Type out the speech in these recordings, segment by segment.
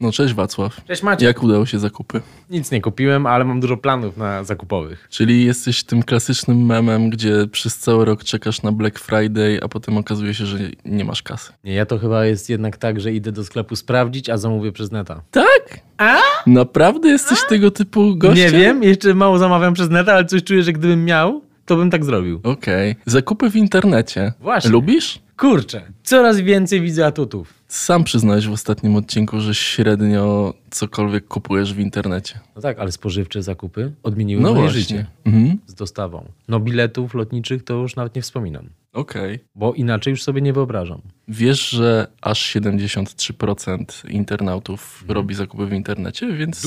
No cześć Wacław. Cześć Maciek. Jak udało się zakupy? Nic nie kupiłem, ale mam dużo planów na zakupowych. Czyli jesteś tym klasycznym memem, gdzie przez cały rok czekasz na Black Friday, a potem okazuje się, że nie masz kasy. Nie, ja to chyba jest jednak tak, że idę do sklepu sprawdzić, a zamówię przez neta. Tak? A? Naprawdę jesteś tego typu gościem? Nie wiem, jeszcze mało zamawiam przez neta, ale coś czuję, że gdybym miał, to bym tak zrobił. Okej. Zakupy w internecie. Właśnie. Lubisz? Kurczę, coraz więcej widzę atutów. Sam przyznałeś w ostatnim odcinku, że średnio cokolwiek kupujesz w internecie. No tak, ale spożywcze zakupy odmieniły No moje właśnie. życie Mhm. z dostawą. No biletów lotniczych to już nawet nie wspominam, Okej. bo inaczej już sobie nie wyobrażam. Wiesz, że aż 73% internautów robi zakupy w internecie, więc.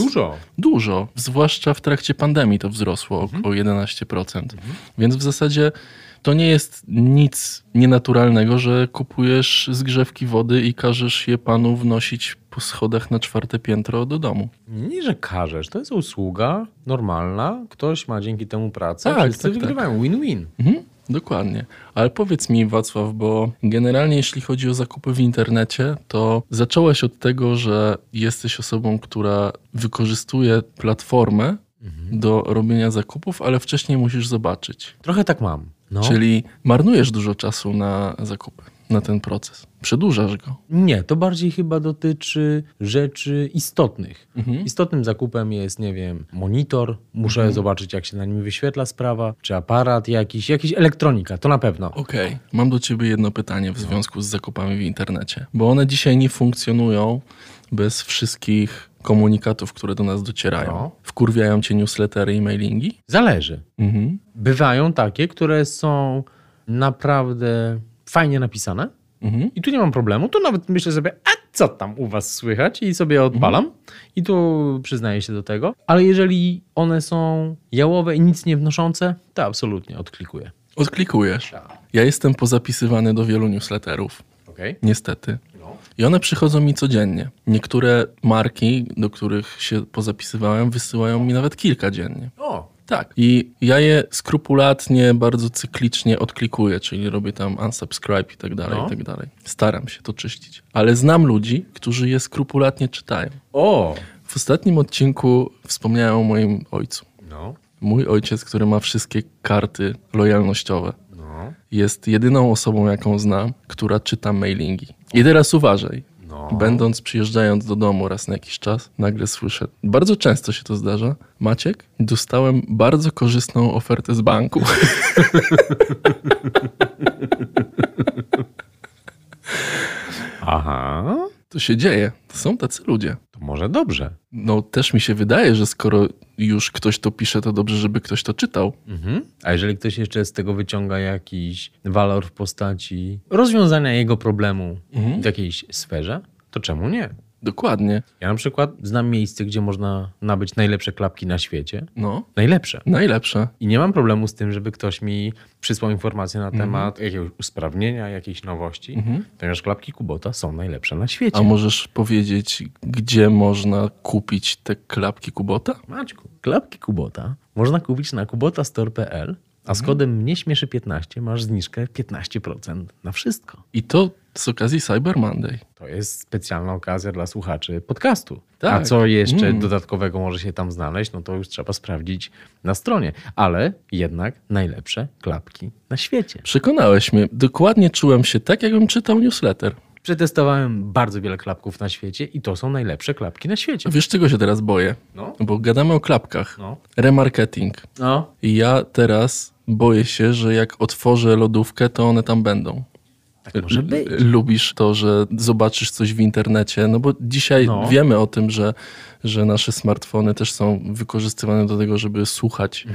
Dużo, zwłaszcza w trakcie pandemii to wzrosło około 11%. Więc w zasadzie to nie jest nic nienaturalnego, że kupujesz zgrzewki wody i każesz je panu wnosić po schodach na czwarte piętro do domu. Nie, że każesz, to jest usługa normalna, ktoś ma dzięki temu pracę, Tak, wszyscy tak, tak. wygrywają, win-win. Mhm, dokładnie. Ale powiedz mi, Wacław, bo generalnie jeśli chodzi o zakupy w internecie, to zacząłeś od tego, że jesteś osobą, która wykorzystuje platformę do robienia zakupów, ale wcześniej musisz zobaczyć. Trochę tak mam. No. Czyli marnujesz dużo czasu na zakupy, na ten proces. Przedłużasz go. Nie, to bardziej chyba dotyczy rzeczy istotnych. Istotnym zakupem jest, nie wiem, monitor, muszę zobaczyć, jak się na nim wyświetla sprawa, czy aparat jakiś, jakiś elektronika, to na pewno. Okej, mam do ciebie jedno pytanie w związku z zakupami w internecie, bo one dzisiaj nie funkcjonują bez wszystkich komunikatów, które do nas docierają. No. Wkurwiają cię newslettery i mailingi? Zależy. Mhm. Bywają takie, które są naprawdę fajnie napisane Mhm. i tu nie mam problemu, to nawet myślę sobie, a co tam u was słychać i sobie odpalam i tu przyznaję się do tego, ale jeżeli one są jałowe i nic nie wnoszące, to absolutnie odklikuję. Odklikujesz. Tak. Ja jestem pozapisywany do wielu newsletterów, Okej? niestety. I one przychodzą mi codziennie. Niektóre marki, do których się pozapisywałem, wysyłają mi nawet kilka dziennie. O, Tak. I ja je skrupulatnie, bardzo cyklicznie odklikuję, czyli robię tam unsubscribe i tak dalej, No. i tak dalej. Staram się to czyścić. Ale znam ludzi, którzy je skrupulatnie czytają. O! W ostatnim odcinku wspomniałem o moim ojcu. No, Mój ojciec, który ma wszystkie karty lojalnościowe, no, jest jedyną osobą, jaką znam, która czyta mailingi. I teraz uważaj. no. Będąc, przyjeżdżając do domu raz na jakiś czas, nagle słyszę, bardzo często się to zdarza, Maciek, dostałem bardzo korzystną ofertę z banku. Aha, To się dzieje, to są tacy ludzie. to może dobrze. No też mi się wydaje, że skoro już ktoś to pisze, to dobrze, żeby ktoś to czytał. Mhm. A jeżeli ktoś jeszcze z tego wyciąga jakiś walor w postaci rozwiązania jego problemu w jakiejś sferze, to czemu nie? Dokładnie. Ja na przykład znam miejsce, gdzie można nabyć najlepsze klapki na świecie. No, Najlepsze. najlepsze. I nie mam problemu z tym, żeby ktoś mi przysłał informacje na temat jakiegoś usprawnienia, jakiejś nowości, ponieważ klapki Kubota są najlepsze na świecie. A możesz powiedzieć, gdzie można kupić te klapki Kubota? Maćku, klapki Kubota można kupić na kubotastore.pl, a z kodem mnie śmieszy 15 masz zniżkę 15% na wszystko. I to z okazji Cyber Monday. To jest specjalna okazja dla słuchaczy podcastu. A Tak. co jeszcze Mm. dodatkowego może się tam znaleźć, no to już trzeba sprawdzić na stronie. Ale jednak najlepsze klapki na świecie. Przekonałeś mnie. Dokładnie czułem się tak, jakbym czytał newsletter. Przetestowałem bardzo wiele klapków na świecie i to są najlepsze klapki na świecie. Wiesz, czego się teraz boję? No. Bo gadamy o klapkach. No. Remarketing. No. I ja teraz boję się, że jak otworzę lodówkę, to one tam będą. Tak może L- być. Lubisz to, że zobaczysz coś w internecie, no bo dzisiaj No. wiemy Mhm. o tym, że, że nasze smartfony też są wykorzystywane do tego, żeby słuchać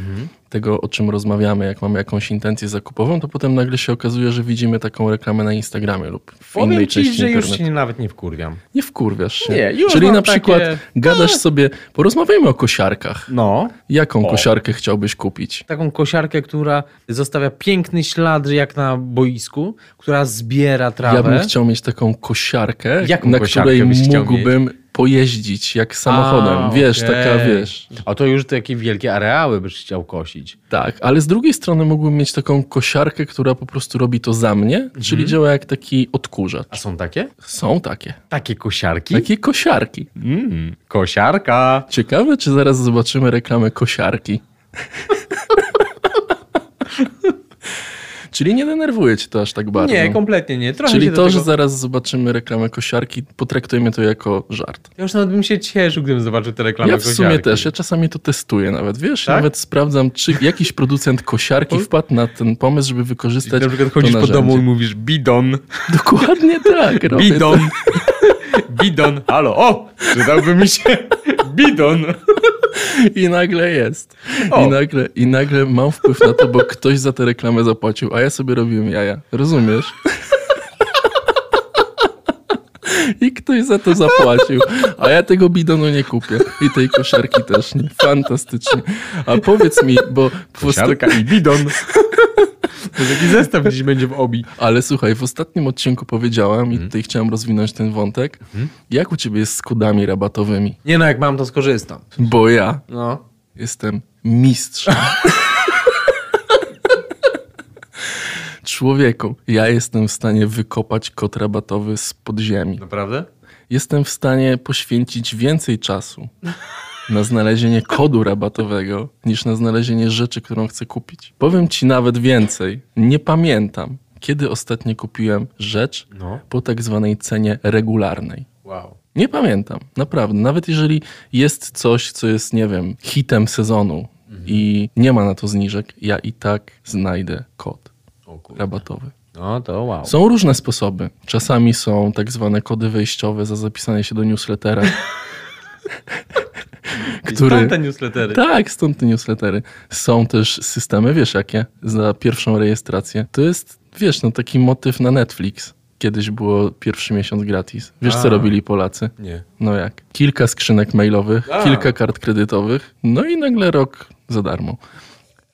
tego, o czym rozmawiamy, jak mamy jakąś intencję zakupową, to potem nagle się okazuje, że widzimy taką reklamę na Instagramie lub w innej Powiem ci, części że już internetu. się nie- nawet nie wkurwiam. Nie wkurwiasz się. Nie, już Czyli mam na przykład takie- gadasz sobie, porozmawiajmy o kosiarkach. No, Jaką kosiarkę chciałbyś kupić? taką kosiarkę, która zostawia piękny ślad jak na boisku, która zbiera Ja trawę. bym chciał mieć taką kosiarkę, Jaką na kosiarkę której byś chciał mógłbym pojeździć jak samochodem. A, wiesz, okej. taka wiesz. A to już takie wielkie areały byś chciał kosić. Tak, ale z drugiej strony mógłbym mieć taką kosiarkę, która po prostu robi to za mnie, czyli działa jak taki Mhm. A odkurzacz. są takie? Są takie. Takie kosiarki? Takie kosiarki. Mm, kosiarka. Ciekawe, czy zaraz zobaczymy reklamę kosiarki. Czyli nie denerwuje cię to aż tak bardzo. Nie, kompletnie nie. Trochę Czyli się to, do tego... że zaraz zobaczymy reklamę kosiarki, potraktujmy to jako żart. Ja już nawet bym się cieszył, gdybym zobaczył tę reklamę ja w sumie kosiarki. też, ja czasami to testuję nawet, wiesz? Tak? Nawet sprawdzam, czy jakiś producent kosiarki wpadł na ten pomysł, żeby I wykorzystać na przykład to chodzisz po narzędzie. No, domu i mówisz bidon, Dokładnie tak. robię bidon, bidon, halo, o, przydałby mi się bidon. to. I nagle jest. O. I nagle, I nagle mam wpływ na to, bo ktoś za tę reklamę zapłacił, a ja sobie robiłem jaja. Rozumiesz? I ktoś za to zapłacił, a ja tego bidonu nie kupię. I tej koszarki też nie. Fantastycznie. A powiedz mi, bo... w osta- Kosiarka i bidon. To taki zestaw gdzieś będzie w obi. Ale słuchaj, w ostatnim odcinku powiedziałem, i tutaj chciałem rozwinąć ten wątek, jak u ciebie jest z kodami rabatowymi? Nie no, jak mam to skorzystam. Bo ja No. Jestem mistrzem. Człowieku, ja jestem w stanie wykopać kot rabatowy z podziemi. Naprawdę? Jestem w stanie poświęcić więcej czasu na znalezienie kodu rabatowego niż na znalezienie rzeczy, którą chcę kupić. Powiem ci nawet więcej. Nie pamiętam, kiedy ostatnio kupiłem rzecz No. po tak zwanej cenie regularnej. Wow. Nie pamiętam, naprawdę. Nawet jeżeli jest coś, co jest, nie wiem, hitem sezonu i nie ma na to zniżek, ja i tak znajdę kod O kurde. rabatowy. No to wow. Są różne sposoby. Czasami są tak zwane kody wejściowe za zapisanie się do newslettera. który- Stąd te newslettery. Tak, stąd te newslettery. Są też systemy, wiesz jakie, za pierwszą rejestrację. To jest, wiesz, no taki motyw na Netflix. Kiedyś było pierwszy miesiąc gratis. Wiesz, A. co robili Polacy? Nie. No jak? Kilka skrzynek mailowych, A. kilka kart kredytowych, no i nagle rok za darmo.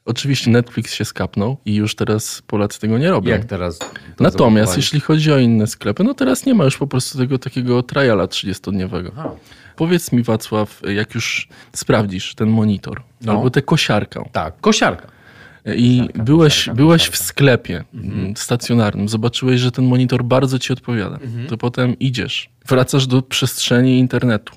Oczywiście Netflix się skapnął i już teraz Polacy tego nie robią. Jak teraz? to Natomiast zablokowali? jeśli chodzi o inne sklepy, no teraz nie ma już po prostu tego takiego triala 30-dniowego. Aha. Powiedz mi Wacław, jak już sprawdzisz ten monitor No. albo tę kosiarkę Tak, kosiarka. i byłeś, byłeś w sklepie mm, stacjonarnym, zobaczyłeś, że ten monitor bardzo ci odpowiada, to potem idziesz, wracasz do przestrzeni internetu.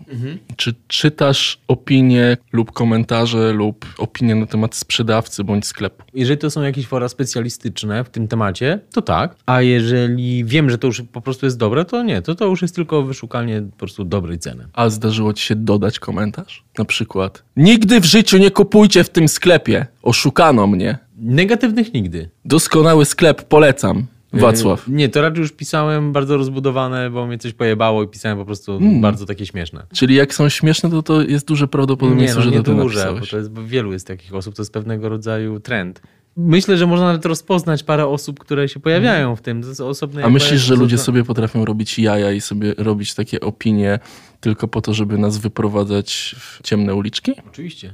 Czy czytasz opinie lub komentarze lub opinie na temat sprzedawcy bądź sklepu? Jeżeli to są jakieś fora specjalistyczne w tym temacie, to tak. A jeżeli wiem, że to już po prostu jest dobre, to nie. To to już jest tylko wyszukanie po prostu dobrej ceny. A zdarzyło ci się dodać komentarz? Na przykład, nigdy w życiu nie kupujcie w tym sklepie, oszukano mnie. Negatywnych nigdy. Doskonały sklep, polecam. Wacław. Y, Nie, to raczej już pisałem bardzo rozbudowane, bo mnie coś pojebało i pisałem po prostu bardzo takie śmieszne. Czyli jak są śmieszne, to to jest duże Nie, prawdopodobieństwo, no, nie że to ty duże, bo napisałeś. to jest, bo wielu jest takich osób, to jest pewnego rodzaju trend. Myślę, że można nawet rozpoznać parę osób, które się pojawiają w tym. To są osobne A jakby- myślisz, że ludzie osobne- sobie potrafią robić jaja i sobie robić takie opinie tylko po to, żeby nas wyprowadzać w ciemne uliczki? Oczywiście.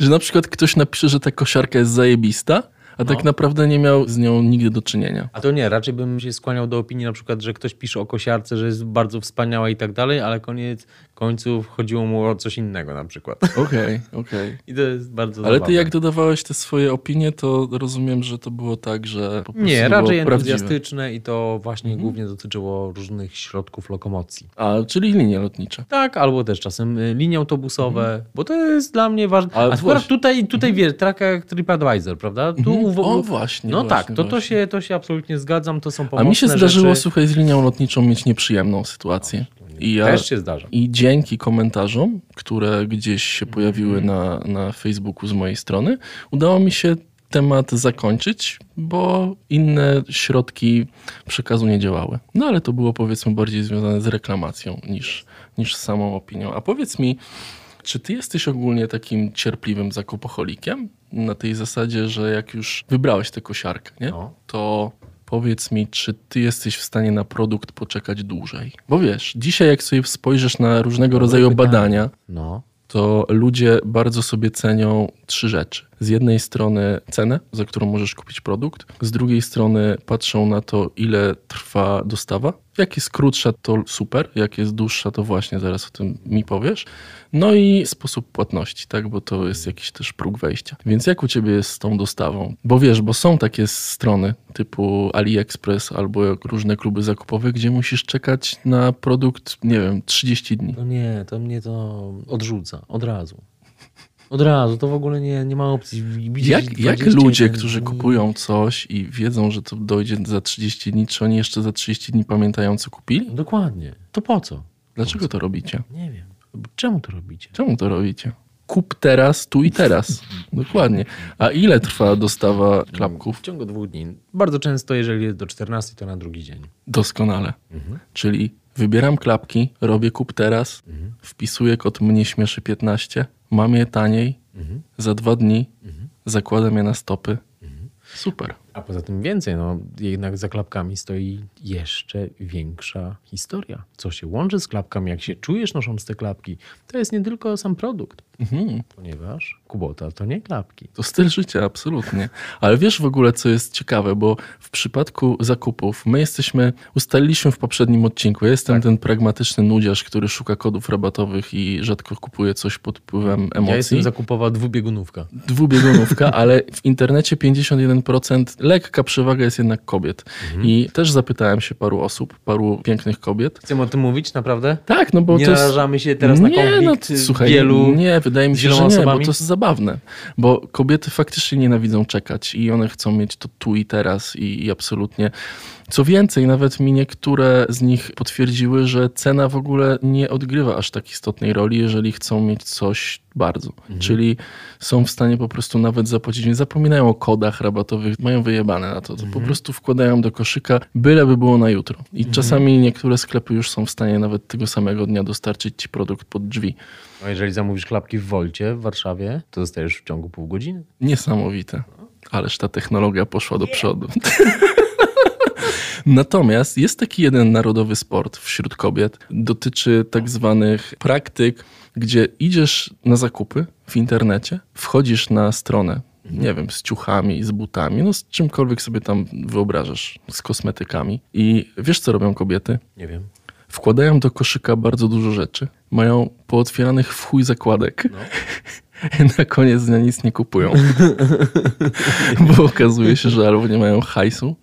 Że na przykład ktoś napisze, że ta kosiarka jest zajebista, a tak No. naprawdę nie miał z nią nigdy do czynienia. A to nie, raczej bym się skłaniał do opinii na przykład, że ktoś pisze o kosiarce, że jest bardzo wspaniała i tak dalej, ale koniec końców chodziło mu o coś innego na przykład. Okej, okej. I to jest bardzo Ale ty zabawne. jak dodawałeś te swoje opinie, to rozumiem, że to było tak, że po prostu Nie, raczej było prawdziwe. Mhm. entuzjastyczne i to właśnie głównie dotyczyło różnych środków lokomocji. A, czyli linie lotnicze. Tak, albo też czasem y, linie autobusowe, bo to jest dla mnie ważne. Mhm. Ale A akurat właśnie- Mhm. tutaj, tutaj wiesz, traka TripAdvisor, prawda? Tu uwo- O, właśnie, No właśnie, tak, to, to, właśnie. się, to się absolutnie zgadzam, to są A pomocne mi się zdarzyło, rzeczy. słuchaj, z linią lotniczą mieć nieprzyjemną sytuację. I ja, Też się zdarza. I dzięki komentarzom, które gdzieś się pojawiły na, na Facebooku z mojej strony, udało mi się temat zakończyć, bo inne środki przekazu nie działały. No ale to było powiedzmy bardziej związane z reklamacją niż, niż z samą opinią. A powiedz mi, Czy ty jesteś ogólnie takim cierpliwym zakupoholikiem? Na tej zasadzie, że jak już wybrałeś tę kosiarkę, nie? No. to powiedz mi, czy ty jesteś w stanie na produkt poczekać dłużej? Bo wiesz, dzisiaj jak sobie spojrzysz na różnego rodzaju pytanie. badania, No. to ludzie bardzo sobie cenią trzy rzeczy. Z jednej strony cenę, za którą możesz kupić produkt, z drugiej strony patrzą na to, ile trwa dostawa. Jak jest krótsza, to super, jak jest dłuższa, to właśnie zaraz o tym mi powiesz. No i sposób płatności, tak, bo to jest jakiś też próg wejścia. Więc jak u ciebie jest z tą dostawą? Bo wiesz, bo są takie strony typu AliExpress albo jak różne kluby zakupowe, gdzie musisz czekać na produkt, nie wiem, 30 dni. No nie, to mnie to odrzuca od razu. Od razu, to w ogóle nie, nie ma opcji. Widzisz, Jak, jak 21 ludzie, którzy dni. kupują coś i wiedzą, że to dojdzie za 30 dni, czy oni jeszcze za 30 dni pamiętają, co kupili? Dokładnie. To po co? Dlaczego to robicie? Nie wiem. Czemu to robicie? Czemu to robicie? Kup teraz, tu i teraz. Dokładnie. A ile trwa dostawa klapków? W ciągu dwóch dni. Bardzo często, jeżeli jest do 14, to na drugi dzień. Doskonale. Czyli wybieram klapki, robię kup teraz, Mhm. wpisuję kod mnie śmieszy 15, mam je taniej, Mhm. za dwa dni zakładam je na stopy. Mhm. Super. A poza tym więcej, no jednak za klapkami stoi jeszcze większa historia. Co się łączy z klapkami, jak się czujesz nosząc te klapki, to jest nie tylko sam produkt, Mhm. ponieważ Kubota to nie klapki. To styl życia, absolutnie. Ale wiesz w ogóle, co jest ciekawe, bo w przypadku zakupów my jesteśmy, ustaliliśmy w poprzednim odcinku, ja Tak. jestem ten pragmatyczny nudziarz, który szuka kodów rabatowych i rzadko kupuje coś pod wpływem emocji. Ja jestem zakupowa dwubiegunówka. Dwubiegunówka, ale w internecie 51% lekka przewaga jest jednak kobiet. Mhm. I też zapytałem się paru osób, paru pięknych kobiet. Chcemy o tym mówić, naprawdę? Tak, no bo nie to jest... narażamy się teraz na Nie, konflikt no, słuchaj, wielu. Nie, wydaje mi z się, że wieloma nie, bo to osobami? jest zabawne. Bo kobiety faktycznie nienawidzą czekać i one chcą mieć to tu i teraz i, i absolutnie. Co więcej, nawet mi niektóre z nich potwierdziły, że cena w ogóle nie odgrywa aż tak istotnej roli, jeżeli chcą mieć coś bardzo. Czyli są w stanie po prostu nawet zapłacić. Nie zapominają o kodach rabatowych, mają wyjebane na to. To po prostu wkładają do koszyka, byleby było na jutro. I czasami niektóre sklepy już są w stanie nawet tego samego dnia dostarczyć ci produkt pod drzwi. No, jeżeli zamówisz klapki w Wolcie w Warszawie, to dostajesz w ciągu pół godziny. Niesamowite. Ależ ta technologia poszła do przodu. Natomiast jest taki jeden narodowy sport wśród kobiet. Dotyczy tak zwanych praktyk, gdzie idziesz na zakupy w internecie, wchodzisz na stronę, nie wiem, z ciuchami, z butami, no z czymkolwiek sobie tam wyobrażasz, z kosmetykami. I wiesz, co robią kobiety? Nie wiem. Wkładają do koszyka bardzo dużo rzeczy. Mają pootwieranych w chuj zakładek. No. Na koniec dnia nic nie kupują. Bo okazuje się, że albo nie mają hajsu,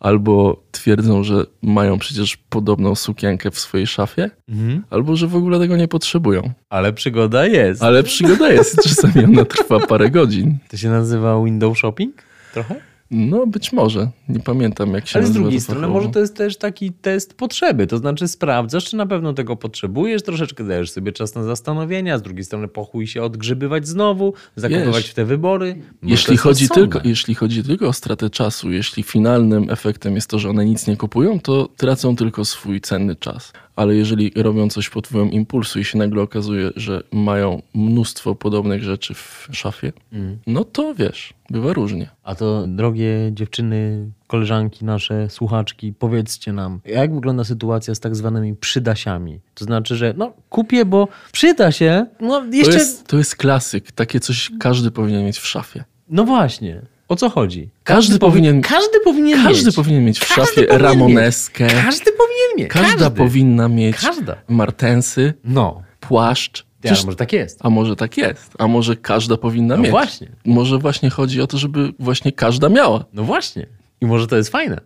albo twierdzą, że mają przecież podobną sukienkę w swojej szafie, Mhm. albo że w ogóle tego nie potrzebują. Ale przygoda jest. Ale przygoda jest, czasami ona trwa parę godzin. To się nazywa window shopping? Trochę? No być może, nie pamiętam jak się Ale z nazywa drugiej to strony fachowo. może to jest też taki test potrzeby, to znaczy sprawdzasz, czy na pewno tego potrzebujesz, troszeczkę dajesz sobie czas na zastanowienia, z drugiej strony pochuj się odgrzebywać znowu, zakopywać Wiesz, w te wybory. Może to Jeśli jest chodzi, rozsądne. tylko, jeśli chodzi tylko o stratę czasu, jeśli finalnym efektem jest to, że one nic nie kupują, to tracą tylko swój cenny czas. Ale jeżeli robią coś pod wpływem impulsu i się nagle okazuje, że mają mnóstwo podobnych rzeczy w szafie, Mm. no to wiesz, bywa różnie. A to drogie dziewczyny, koleżanki nasze, słuchaczki, powiedzcie nam, jak wygląda sytuacja z tak zwanymi przydasiami? To znaczy, że no kupię, bo przyda się, no To jeszcze... jest, to jest klasyk, takie coś każdy powinien mieć w szafie. No właśnie, o co chodzi? Każdy powi- powinien- Każdy powinien Każdy mieć. powinien mieć w Każdy szafie powinien ramoneskę, mieć. Każdy powinien mieć. każda Każdy. powinna mieć Każda. martensy, No. płaszcz. Ja, Przecież może tak jest. A może tak jest? A może każda powinna No mieć? właśnie. Może właśnie chodzi o to, żeby właśnie każda miała. No właśnie. I może to jest fajne.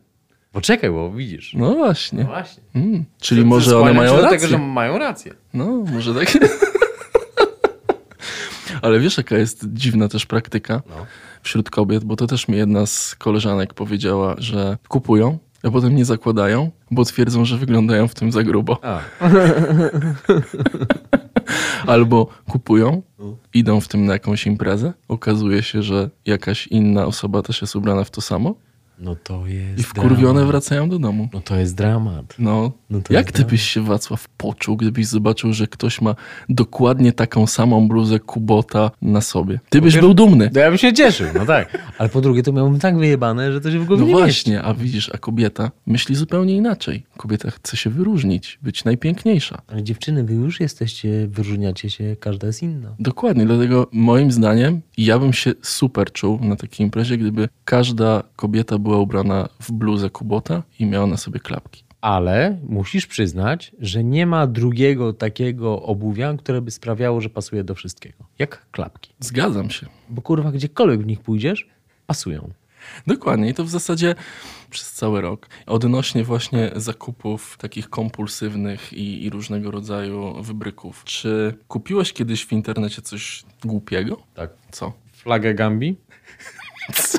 Poczekaj, bo widzisz. No właśnie. właśnie. Mm. Czyli może one Skłaniam się mają do rację. tego, że mają rację. No, może tak. Ale wiesz, jaka jest dziwna też praktyka No. wśród kobiet, bo to też mi jedna z koleżanek powiedziała, że kupują, a potem nie zakładają, bo twierdzą, że wyglądają w tym za grubo. A. Albo kupują, No. idą w tym na jakąś imprezę, okazuje się, że jakaś inna osoba też jest ubrana w to samo No to jest I wkurwione dramat. wracają do domu. No to jest dramat. No, No to jak jest ty dramat. byś się Wacław poczuł, gdybyś zobaczył, że ktoś ma dokładnie taką samą bluzę Kubota na sobie? Ty byś pier- był dumny. No ja bym się cieszył, no tak. Ale po drugie to miałbym tak wyjebane, że to się w ogóle No nie mieści. właśnie, a widzisz, a kobieta myśli zupełnie inaczej. Kobieta chce się wyróżnić, być najpiękniejsza. Ale dziewczyny, wy już jesteście, wyróżniacie się, każda jest inna. Dokładnie, dlatego moim zdaniem ja bym się super czuł na takiej imprezie, gdyby każda kobieta była ubrana w bluzę Kubota i miała na sobie klapki. Ale musisz przyznać, że nie ma drugiego takiego obuwia, które by sprawiało, że pasuje do wszystkiego. Jak klapki. Zgadzam się. Bo kurwa, gdziekolwiek w nich pójdziesz, pasują. Dokładnie, i to w zasadzie przez cały rok. Odnośnie właśnie zakupów takich kompulsywnych i, i różnego rodzaju wybryków. Czy kupiłeś kiedyś w internecie coś głupiego? Tak. Co? Flagę Gambi? Co?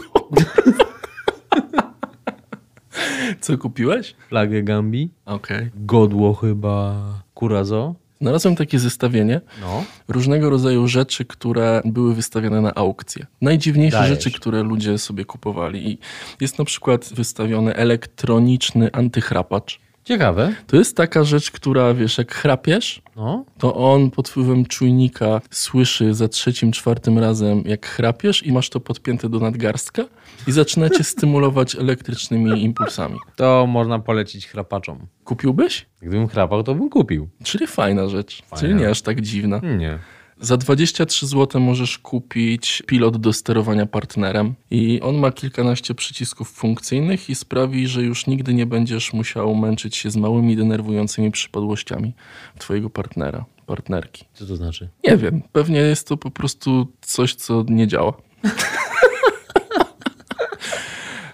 Co kupiłeś? Flagę Gambi. Okej. Godło chyba. Kurazo. Znalazłem takie zestawienie No. różnego rodzaju rzeczy, które były wystawiane na aukcje. Najdziwniejsze Dajesz. rzeczy, które ludzie sobie kupowali. I jest na przykład wystawiony elektroniczny antychrapacz. Ciekawe. To jest taka rzecz, która wiesz, jak chrapiesz, No. to on pod wpływem czujnika słyszy za trzecim, czwartym razem, jak chrapiesz i masz to podpięte do nadgarstka i zaczyna cię stymulować elektrycznymi impulsami. To można polecić chrapaczom. Kupiłbyś? Gdybym chrapał, to bym kupił. Czyli fajna rzecz, czyli nie aż tak dziwna. Nie. Za 23 zł możesz kupić pilot do sterowania partnerem i on ma kilkanaście przycisków funkcyjnych i sprawi, że już nigdy nie będziesz musiał męczyć się z małymi denerwującymi przypadłościami twojego partnera, partnerki. Co to znaczy? Nie wiem, pewnie jest to po prostu coś, co nie działa.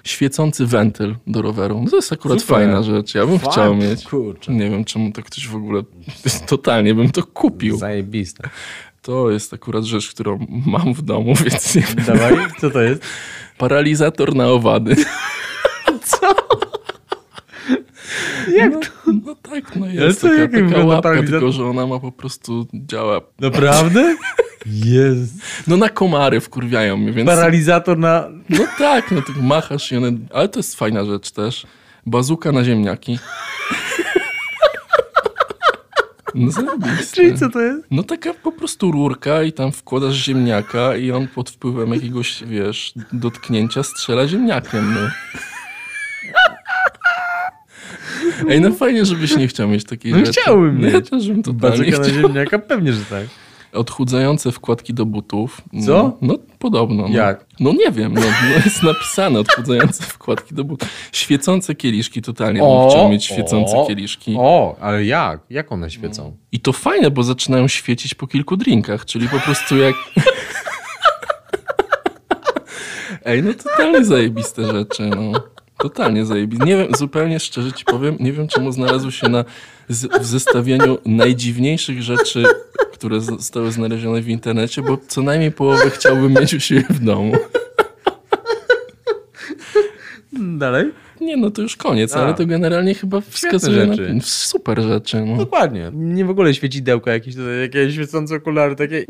Świecący wentyl do roweru. No to jest akurat Super. fajna rzecz. Ja bym Fajne, chciał mieć. kurczę. Nie wiem, czemu to ktoś w ogóle. Totalnie bym to kupił. Zajebiste. To jest akurat rzecz, którą mam w domu, więc nie wiem. Dawaj, co to jest? Paralizator na owady. Jak no, no tak, no jest. co, jak Taka, taka wygląda łapka, paralizator? tylko że ona ma po prostu działa. Naprawdę? Jest. No na komary wkurwiają mnie, więc. Paralizator na... No tak, no tak machasz i one... Ale to jest fajna rzecz też. Bazuka na ziemniaki. No zajebiste. Czyli co to jest? No taka po prostu rurka i tam wkładasz ziemniaka i on pod wpływem jakiegoś, wiesz, dotknięcia strzela ziemniakiem, no. Ej, no fajnie, żebyś nie chciał mieć takiej No rzeczy. chciałbym No Ja mieć. też bym totalnie Bazyka na chciał. ziemniaka? Pewnie, że tak. Odchudzające wkładki do butów. No, Co? No podobno. No. Jak? No nie wiem, no, no jest napisane odchudzające wkładki do butów. Świecące kieliszki, totalnie bym chciał mieć świecące o, kieliszki. O, ale jak? Jak one świecą? I to fajne, bo zaczynają świecić po kilku drinkach, czyli po prostu jak... Ej, no totalnie zajebiste rzeczy, no. Totalnie zajebiste. Nie wiem, zupełnie szczerze ci powiem, nie wiem czemu znalazły się na, z, w zestawieniu najdziwniejszych rzeczy, które z- zostały znalezione w internecie, bo co najmniej połowę chciałbym mieć u siebie w domu. Hmm, Dalej? Nie, no to już koniec, A. ale to generalnie chyba wskazuje na rzeczy. super rzeczy. No. Dokładnie. Nie w ogóle świecidełka jakieś, tutaj, jakieś świecące okulary, takie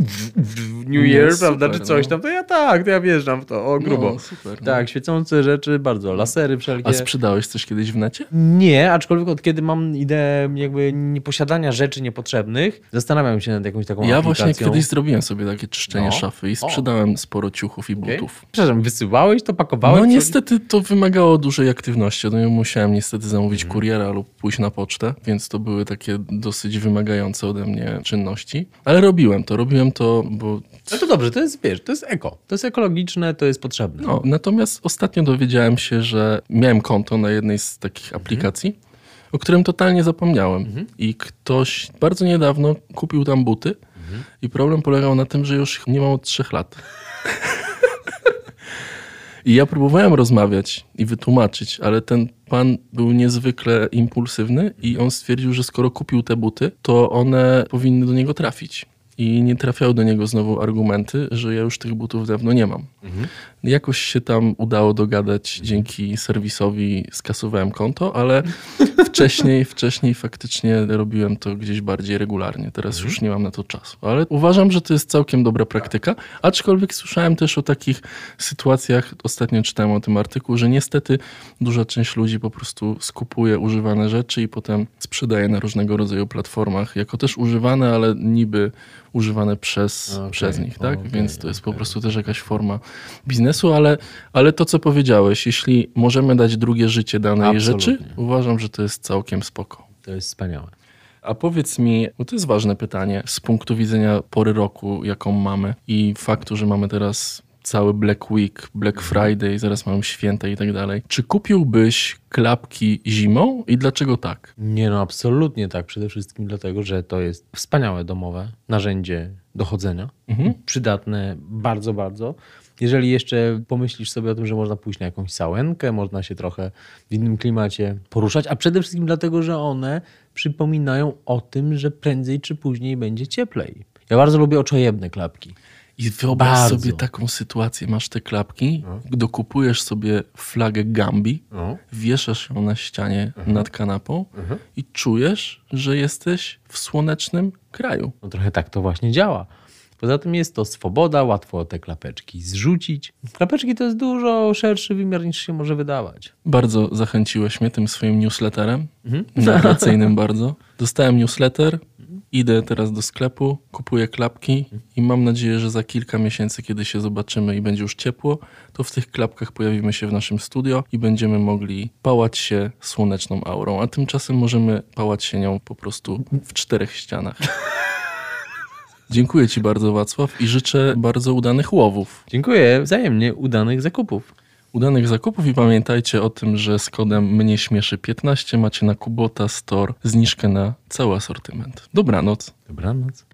New Year, No, prawda, super, czy coś no. tam, to ja tak, to ja wjeżdżam w to, o grubo. No, super. no. Tak, świecące rzeczy bardzo, lasery wszelkie. A sprzedałeś coś kiedyś w necie? Nie, aczkolwiek od kiedy mam ideę jakby nieposiadania rzeczy niepotrzebnych, zastanawiam się nad jakąś taką Ja aplikacją. właśnie kiedyś zrobiłem sobie takie czyszczenie No. szafy i sprzedałem sporo ciuchów i Okej. butów. Przepraszam, wysyłałeś to, pakowałeś? No to? niestety to wymagało dużej aktywności. No, ja musiałem niestety zamówić Mhm. kuriera lub pójść na pocztę, więc to były takie dosyć wymagające ode mnie czynności. Ale robiłem to, robiłem to, bo... No to dobrze, to jest, wiesz, to jest eko. To jest ekologiczne, to jest potrzebne. No, natomiast ostatnio dowiedziałem się, że miałem konto na jednej z Mhm. takich aplikacji, o którym totalnie zapomniałem. I ktoś bardzo niedawno kupił tam buty Mhm. i problem polegał na tym, że już ich nie mam od trzech lat. I ja próbowałem rozmawiać i wytłumaczyć, ale ten pan był niezwykle impulsywny i on stwierdził, że skoro kupił te buty, to one powinny do niego trafić. i nie trafiały do niego znowu argumenty, że ja już tych butów dawno nie mam. Mhm. Jakoś się tam udało dogadać, dzięki serwisowi skasowałem konto, ale wcześniej, wcześniej faktycznie robiłem to gdzieś bardziej regularnie. Teraz już nie mam na to czasu, ale uważam, że to jest całkiem dobra praktyka, aczkolwiek słyszałem też o takich sytuacjach, ostatnio czytałem o tym artykuł, że niestety duża część ludzi po prostu skupuje używane rzeczy i potem sprzedaje na różnego rodzaju platformach, jako też używane, ale niby używane przez, okay, przez nich, tak? Okay, Więc to jest okay. po prostu też jakaś forma biznesu, ale, ale to, co powiedziałeś, jeśli możemy dać drugie życie danej Absolutnie. rzeczy, uważam, że to jest całkiem spoko. To jest wspaniałe. A powiedz mi, bo to jest ważne pytanie z punktu widzenia pory roku, jaką mamy i faktu, że mamy teraz cały Black Week, Black Friday, zaraz mamy święta i tak dalej. Czy kupiłbyś klapki zimą i dlaczego tak? Nie no, absolutnie tak. Przede wszystkim dlatego, że to jest wspaniałe domowe narzędzie dochodzenia. Mhm. Przydatne bardzo, bardzo. Jeżeli jeszcze pomyślisz sobie o tym, że można pójść na jakąś sałenkę, można się trochę w innym klimacie poruszać, a przede wszystkim dlatego, że one przypominają o tym, że prędzej czy później będzie cieplej. Ja bardzo lubię oczojebne klapki. I wyobraź Bardzo. sobie taką sytuację, masz te klapki, no. dokupujesz sobie flagę Gambi, no. wieszasz ją na ścianie uh -huh. nad kanapą uh -huh. i czujesz, że jesteś w słonecznym kraju. No trochę tak to właśnie działa. Poza tym jest to swoboda, łatwo te klapeczki zrzucić. Klapeczki to jest dużo szerszy wymiar niż się może wydawać. Bardzo zachęciłeś mnie tym swoim newsletterem, mhm. narracyjnym bardzo. Dostałem newsletter, idę teraz do sklepu, kupuję klapki i mam nadzieję, że za kilka miesięcy, kiedy się zobaczymy i będzie już ciepło, to w tych klapkach pojawimy się w naszym studio i będziemy mogli pałać się słoneczną aurą, a tymczasem możemy pałać się nią po prostu w czterech ścianach. Dziękuję Ci bardzo, Wacław, i życzę bardzo udanych łowów. Dziękuję, wzajemnie udanych zakupów. Udanych zakupów i pamiętajcie o tym, że z kodem mnie śmieszy 15 macie na Kubota Store zniżkę na cały asortyment. Dobranoc. Dobranoc.